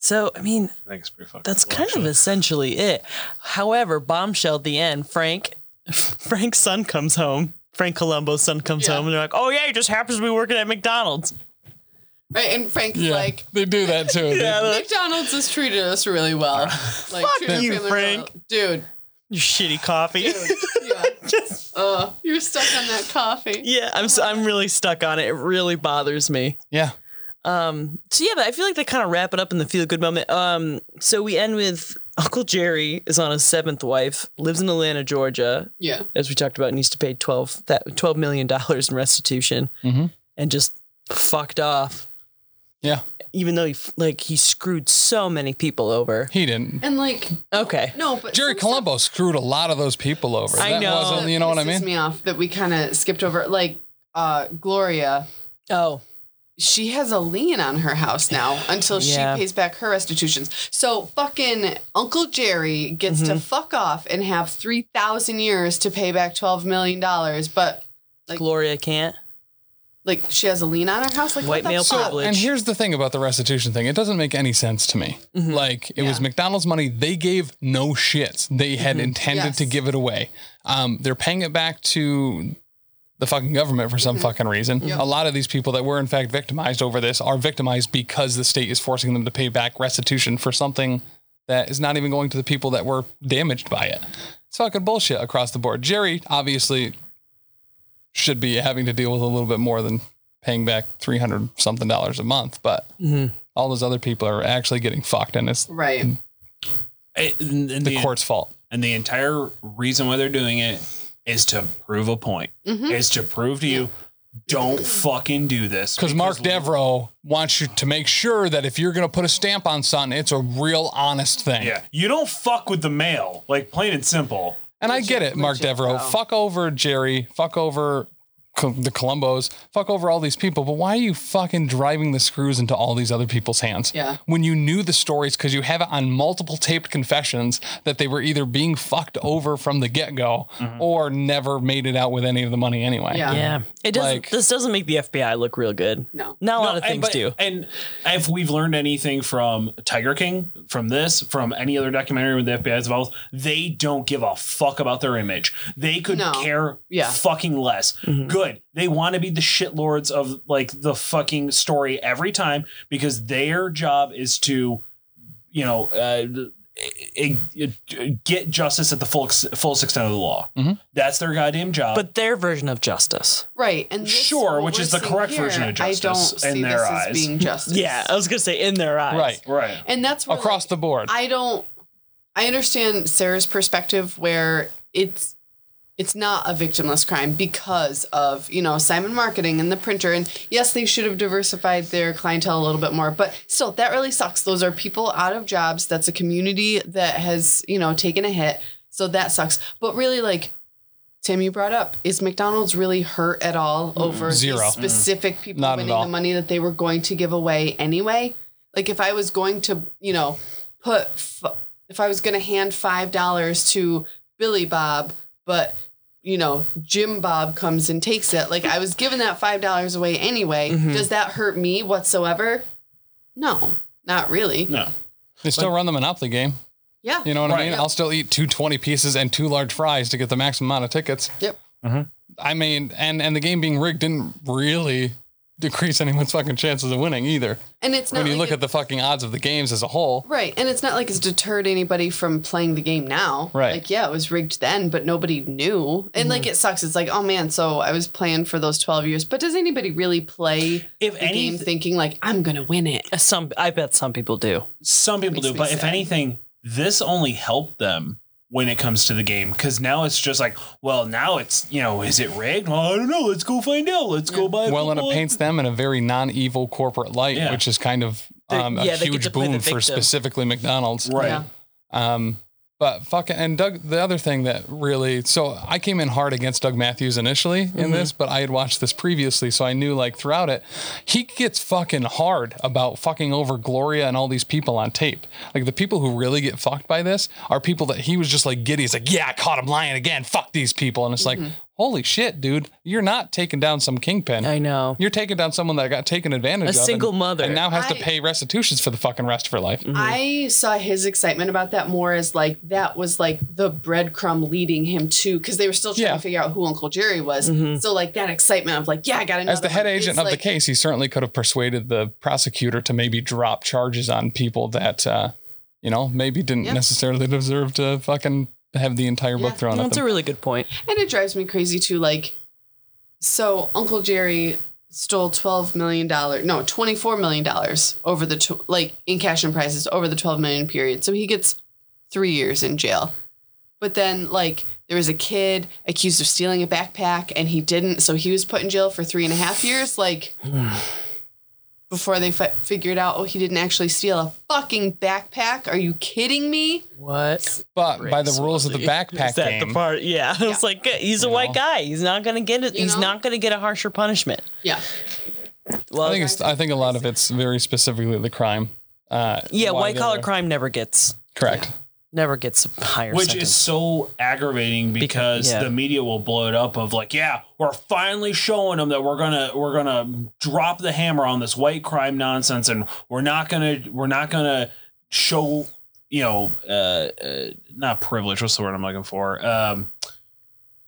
So I mean, I think it's pretty fucking. that's cool, kind of actually. essentially it. However, bombshell at the end, Frank Frank's son comes home. Frank Columbo's son comes Yeah. home and they're like, Oh yeah, he just happens to be working at McDonald's. Right, and Frank's yeah, like, they do that too. Yeah, like, McDonald's has treated us really well. Like, Fuck treated our you, family Frank. well. Dude, your shitty coffee. dude. Yeah. uh, you're stuck on that coffee. yeah, I'm s- I'm really stuck on it. It really bothers me. Yeah. So yeah, but I feel like they kind of wrap it up in the feel good moment. Um, so we end with Uncle Jerry is on his seventh wife, lives in Atlanta, Georgia, Yeah. as we talked about, needs to pay twelve that twelve million dollars in restitution, Mm-hmm. and just fucked off. Yeah. Even though he f- like he screwed so many people over. He didn't. And like, Okay, no, but Jerry some stuff Colombo screwed a lot of those people over. I that know. wasn't, you know what I Oh, pisses mean? me off that we kind of skipped over. Like, uh, Gloria, oh she has a lien on her house now until Yeah. she pays back her restitutions. So fucking Uncle Jerry gets Mm-hmm. to fuck off and have 3,000 years to pay back $12 million, but Gloria can't like she has a lien on her house? Like, what white the male fuck? privilege. And here's the thing about the restitution thing. It doesn't make any sense to me. Like it was McDonald's money. They gave no shits. They had intended to Yes. give it away. Um, they're paying it back to the fucking government for some fucking reason. A lot of these people that were in fact victimized over this are victimized because the state is forcing them to pay back restitution for something that is not even going to the people that were damaged by it. It's fucking bullshit across the board. Jerry obviously should be having to deal with a little bit more than paying back 300 something dollars a month, but all those other people are actually getting fucked and it's Right. Mm. It- and- and the court's fault. And the entire reason why they're doing it is to prove a point, is to prove to you, don't fucking do this. Because Mark Devereaux wants you to make sure that if you're going to put a stamp on something, it's a real honest thing. Yeah, you don't fuck with the mail, like plain and simple. And I get it, Mark Devereaux. Fuck over Jerry. Fuck over Co- the Columbos. Fuck over all these people. But why are you fucking driving the screws into all these other people's hands? Yeah. When you knew the stories, because you have it on multiple taped confessions that they were either being fucked over from the get go or never made it out with any of the money anyway. Mm-hmm. Yeah. Yeah, it doesn't. Like- this doesn't make the FBI look real good. No. not a lot of and- things but- do. And if we've learned anything from Tiger King, from this, from any other documentary with the FBI is involved, they don't give a fuck about their image. They could No. care Yeah. fucking less. Mm-hmm. Good. They want to be the shitlords of like the fucking story every time because their job is to, you know, uh, i- i- i- get justice at the full ex- fullest extent of the law. That's their goddamn job. Mm-hmm. But their version of justice. Right. And this, Sure, what which we're is the seeing correct version of I don't justice see in their this eyes. as being justice. Yeah, I was gonna say in their eyes. Right. right. And that's where, Across the board. I don't I understand Sarah's perspective where it's it's not a victimless crime because of, you know, Simon Marketing and the printer. And yes, they should have diversified their clientele a little bit more, but still, that really sucks. Those are people out of jobs. That's a community that has, you know, taken a hit. So that sucks. But really, like Tim, you brought up, is McDonald's really hurt at all over these Zero. specific people Not at winning all. the money that they were going to give away anyway? Like if I was going to, you know, put f- if I was going to hand five dollars to Billy Bob, but you know Jim Bob comes and takes it, like I was giving that five dollars away anyway. Mm-hmm. Does that hurt me whatsoever? No, not really. No. they still run the Monopoly game. Yeah. You know what I Right. mean? I'll still eat two 20 pieces and two large fries to get the maximum amount of tickets. Yep. I mean, and, and the game being rigged didn't really decrease anyone's fucking chances of winning either. And it's not when you like look it- at the fucking odds of the games as a whole, Right. And it's not like it's deterred anybody from playing the game now. Right. Mm-hmm. Like, yeah, it was rigged then, but nobody knew. And like, it sucks. It's like, oh man, so I was playing for those 12 years. But does anybody really play If the game anything- thinking, like, I'm going to win it? Some, I bet some people do. Some people Makes do, me but if sad. anything, this only helped them when it comes to the game because now it's just like, well, now it's you know, is it rigged? Well, I don't know. Let's go find out. Let's go buy. a well, and it couple of- paints them in a very non-evil corporate light, Yeah. which is kind of um, a yeah, they get to huge play the boon for victim. specifically McDonald's. right. Yeah. Um, but fucking and Doug, the other thing that really so I came in hard against Doug Matthews initially Mm-hmm. in this, but I had watched this previously, so I knew like throughout it, he gets fucking hard about fucking over Gloria and all these people on tape. Like the people who really get fucked by this are people that he was just like giddy. He's like, yeah, I caught him lying again. Fuck these people, and it's like, holy shit, dude, you're not taking down some kingpin. Mm-hmm. I know. You're taking down someone that got taken advantage of. and- single mother. Mm-hmm. And now has to I- pay restitutions for the fucking rest of her life. I saw his excitement about that more as like that was like the breadcrumb leading him to because they were still trying Yeah. Mm-hmm. to figure out who Uncle Jerry was. So like that excitement of like, yeah, I got another As the head one. agent It's of the like- case, he certainly could have persuaded the prosecutor to maybe drop charges on people that, uh, you know, maybe didn't Yeah. necessarily deserve to fucking have the entire book Yeah. thrown at That's a them. really good point. And it drives me crazy too. Like, so Uncle Jerry stole twelve million dollars, no, twenty four million dollars over the tw- like in cash and prizes over the twelve million period. So he gets three years in jail. But then like there was a kid accused of stealing a backpack and he didn't, so he was put in jail for three and a half years. Like. Before they fi- figured out, oh, he didn't actually steal a fucking backpack. Are you kidding me? What? But by the rules of the Is backpack that game, the part? Yeah, I was like, he's a You white know? guy. He's not gonna get it. You He's know? not gonna get a harsher punishment. Yeah. Well, I think it's, I think a lot of it's very specifically the crime. Uh, yeah, why white they collar were- crime never gets Correct. never gets a higher. Which sentence. is so aggravating because yeah. the media will blow it up of like, yeah, we're finally showing them that we're gonna we're gonna drop the hammer on this white crime nonsense, and we're not gonna we're not gonna show you know uh, uh not privilege. What's the word I'm looking for? Um,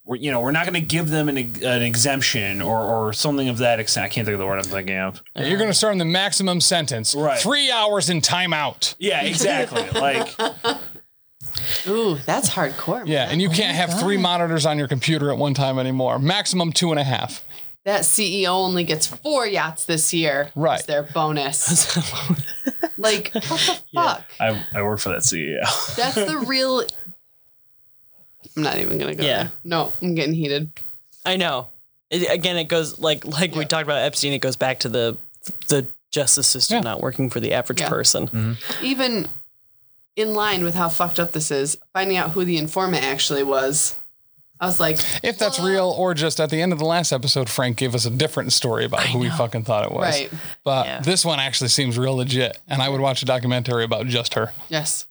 we're, you know, we're not going to give them an, an exemption or, or something of that extent. I can't think of the word I'm thinking of. You're going to serve the maximum sentence, Right. three hours in timeout. Yeah, exactly. like, Ooh, that's hardcore. Yeah, Oh and you can't have three monitors on your computer at one time anymore. Maximum two and a half. That CEO only gets four yachts this year. Right. It's their bonus. like, what the fuck? I, I work for that E CEO. That's the real. I'm not even going to go Yeah. there. No, I'm getting heated. I know. It, again, it goes like like we talked about Epstein. It goes back to the the justice system not working for the average Yeah. person. Even in line with how fucked up this is, finding out who the informant actually was, I was like, If that's real, or just at the end of the last episode, Frank gave us a different story about who we fucking thought it was. Right. But Yeah. this one actually seems real legit, and I would watch a documentary about just her. yes.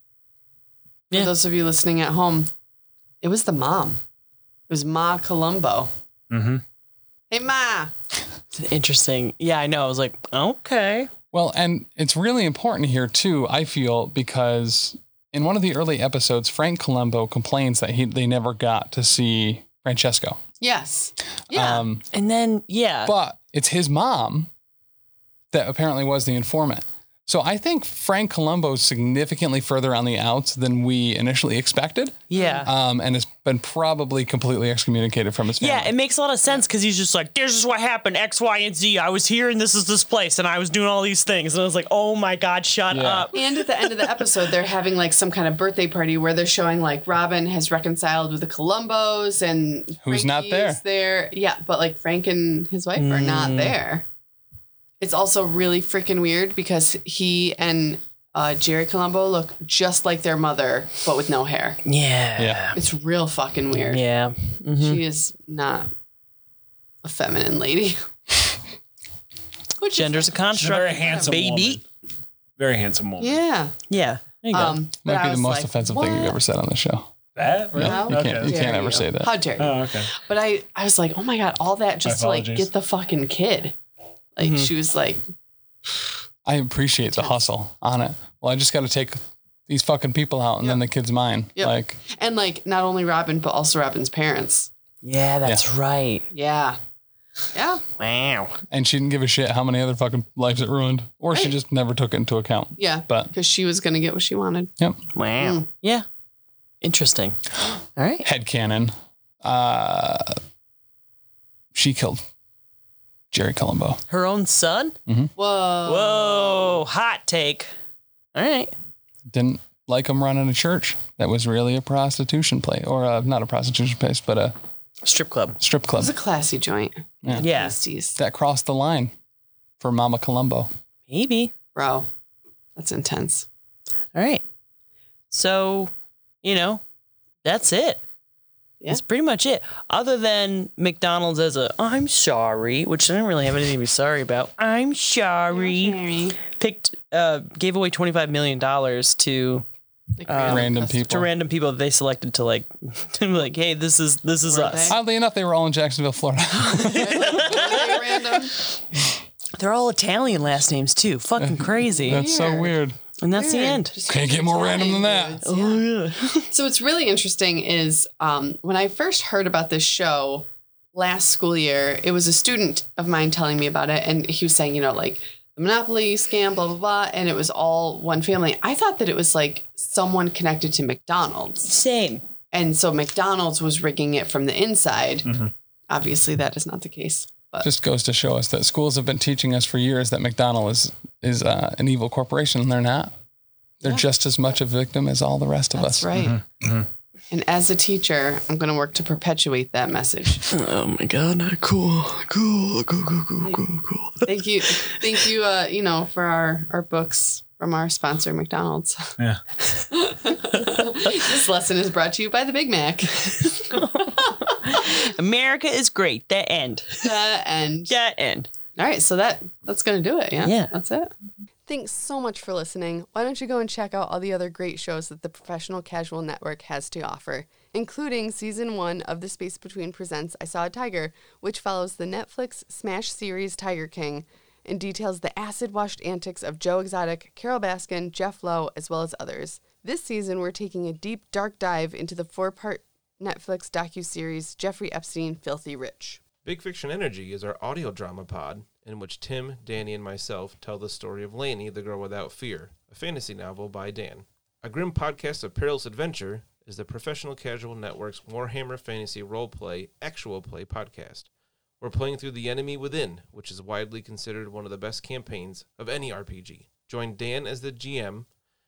Yeah. For those of you listening at home, it was the mom. It was Ma Colombo. Mm-hmm. Hey, Ma. Interesting. Yeah, I know. I was like, okay. Well, and it's really important here too, I feel, because in one of the early episodes, Frank Colombo complains that he they never got to see Francesco. Yes. Yeah. Um, And then yeah, but it's his mom that apparently was the informant. So I think Frank Colombo is significantly further on the outs than we initially expected, yeah. um, and has been probably completely excommunicated from his family. yeah, it makes a lot of sense because he's just like, "This is what happened: X, Y, and Z. I was here, and this is this place, and I was doing all these things." And I was like, "Oh my god, shut Yeah. up!" And at the end of the episode, they're having like some kind of birthday party where they're showing like Robin has reconciled with the Columbos and Who's not Frankie's there. Yeah, but like Frank and his wife are Mm. not there. It's also really freaking weird because he and uh, Jerry Colombo look just like their mother, but with no hair. Yeah, yeah. It's real fucking weird. yeah. Mm-hmm. Mm-hmm. She is not a feminine lady. Which is- Gender's a She's a very construct, handsome baby. woman. Very handsome woman. Yeah. Yeah, there you go. Um, but I Might be was the most like, offensive thing you've "What? ever said on the show. That really? How you can't- Okay. you can't dare ever say that. How dare you? Uh. Oh, okay. But I, I was like, oh my god, all that just to like Apologies. get the fucking kid. Like Mm-hmm. she was like, I appreciate the hustle on it. Well, I just got to take these fucking people out, and then the kid's mine. Yep. Like, and like not only Robin but also Robin's parents. yeah, that's right. Yeah, yeah, Wow. and she didn't give a shit how many other fucking lives it ruined, or she Right. just never took it into account. yeah. But because she was gonna get what she wanted. yep, Wow. Yeah. Interesting. Hmm. All right. head cannon. Uh, she killed Jerry Colombo. Her own son? Whoa. Whoa. Hot take. All right. Didn't like him running a church that was really a prostitution play, or a, not a prostitution place, but a Strip club. strip It club was a classy joint. Yeah. Besties. that crossed the line for Mama Colombo. Maybe. bro. That's intense. All right. So, you know, that's it. Yeah. That's pretty much it. Other than McDonald's as a I'm sorry, which I didn't really have anything to be sorry about. I'm sorry. Picked uh gave away twenty five million dollars to Like, Uh, Random custom- people. to random people that they selected to like to be like, hey, this is this is Were us. they? Oddly enough, they were all in Jacksonville, Florida. Really random. They're all Italian last names too. Fucking crazy. That's so Weird. weird. and that's the end. Can't get more random than that. Dudes, yeah. So what's really interesting is um, when I first heard about this show last school year, it was a student of mine telling me about it, and he was saying, you know, like the monopoly scam, blah blah blah, and it was all one family. I thought that it was like someone connected to McDonald's, Same. and so McDonald's was rigging it from the inside. Obviously, that is not the case. But just goes to show us that schools have been teaching us for years that McDonald is is uh, an evil corporation, and they're not. They're just as much a victim as all the rest of us. that's right. And as a teacher, I'm going to work to perpetuate that message. Oh my god, cool, cool, cool, cool, cool, cool, cool. thank you thank you uh you know for our our books from our sponsor mcdonald's Yeah. this lesson is brought to you by the big mac America is great. The end. Uh, and The end. all right so that that's gonna do it yeah Yeah. that's it thanks so much for listening why don't you go and check out all the other great shows that the professional casual network has to offer including season one of the space between presents i saw a tiger which follows the netflix smash series tiger king and details the acid washed antics of Joe Exotic, Carol Baskin, Jeff Lowe, as well as others. This season, we're taking a deep, dark dive into the four part Netflix docuseries Jeffrey Epstein Filthy Rich. Big Fiction Energy is our audio drama pod in which Tim, Danny, and myself tell the story of Lainey, the Girl Without Fear, a fantasy novel by Dan. A grim podcast of perilous adventure is the Professional Casual Network's Warhammer Fantasy Roleplay Actual Play podcast. We're playing through The Enemy Within, which is widely considered one of the best campaigns of any RPG. Join Dan as the GM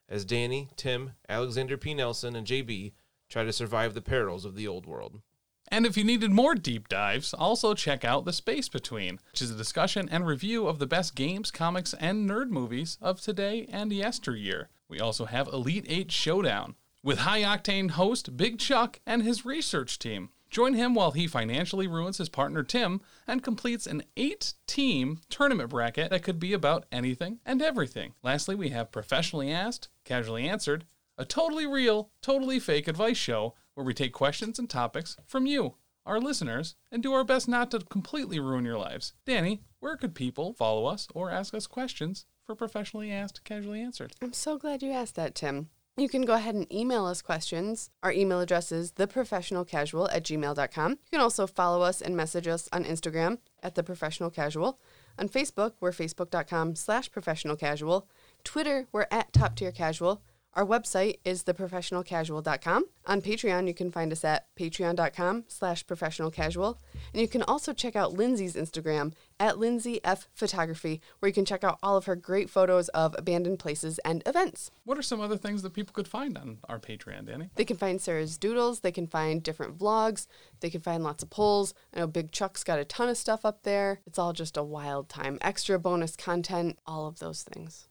as Danny, Tim, Alexander P. Nelson, and JB try to survive the perils of the old world. And if you needed more deep dives, also check out The Space Between, which is a discussion and review of the best games, comics, and nerd movies of today and yesteryear. We also have Elite 8 Showdown with high octane host Big Chuck and his research team. Join him while he financially ruins his partner Tim and completes an eight team tournament bracket that could be about anything and everything. Lastly, we have Professionally Asked, Casually Answered, a totally real, totally fake advice show where we take questions and topics from you, our listeners, and do our best not to completely ruin your lives. Danny, where could people follow us or ask us questions for Professionally Asked, Casually Answered? I'm so glad you asked that, Tim. You can go ahead and email us questions. Our email address is theprofessionalcasual at gmail.com. You can also follow us and message us on Instagram at theprofessionalcasual. On Facebook, we're facebook.com slash professionalcasual. Twitter, we're at top tier casual. Our website is theprofessionalcasual.com. On Patreon, you can find us at patreon.com slash professionalcasual. And you can also check out Lindsay's Instagram at Lindsay F Photography, where you can check out all of her great photos of abandoned places and events. What are some other things that people could find on our Patreon, Danny? They can find Sarah's doodles. They can find different vlogs. They can find lots of polls. I know Big Chuck's got a ton of stuff up there. It's all just a wild time. Extra bonus content, all of those things.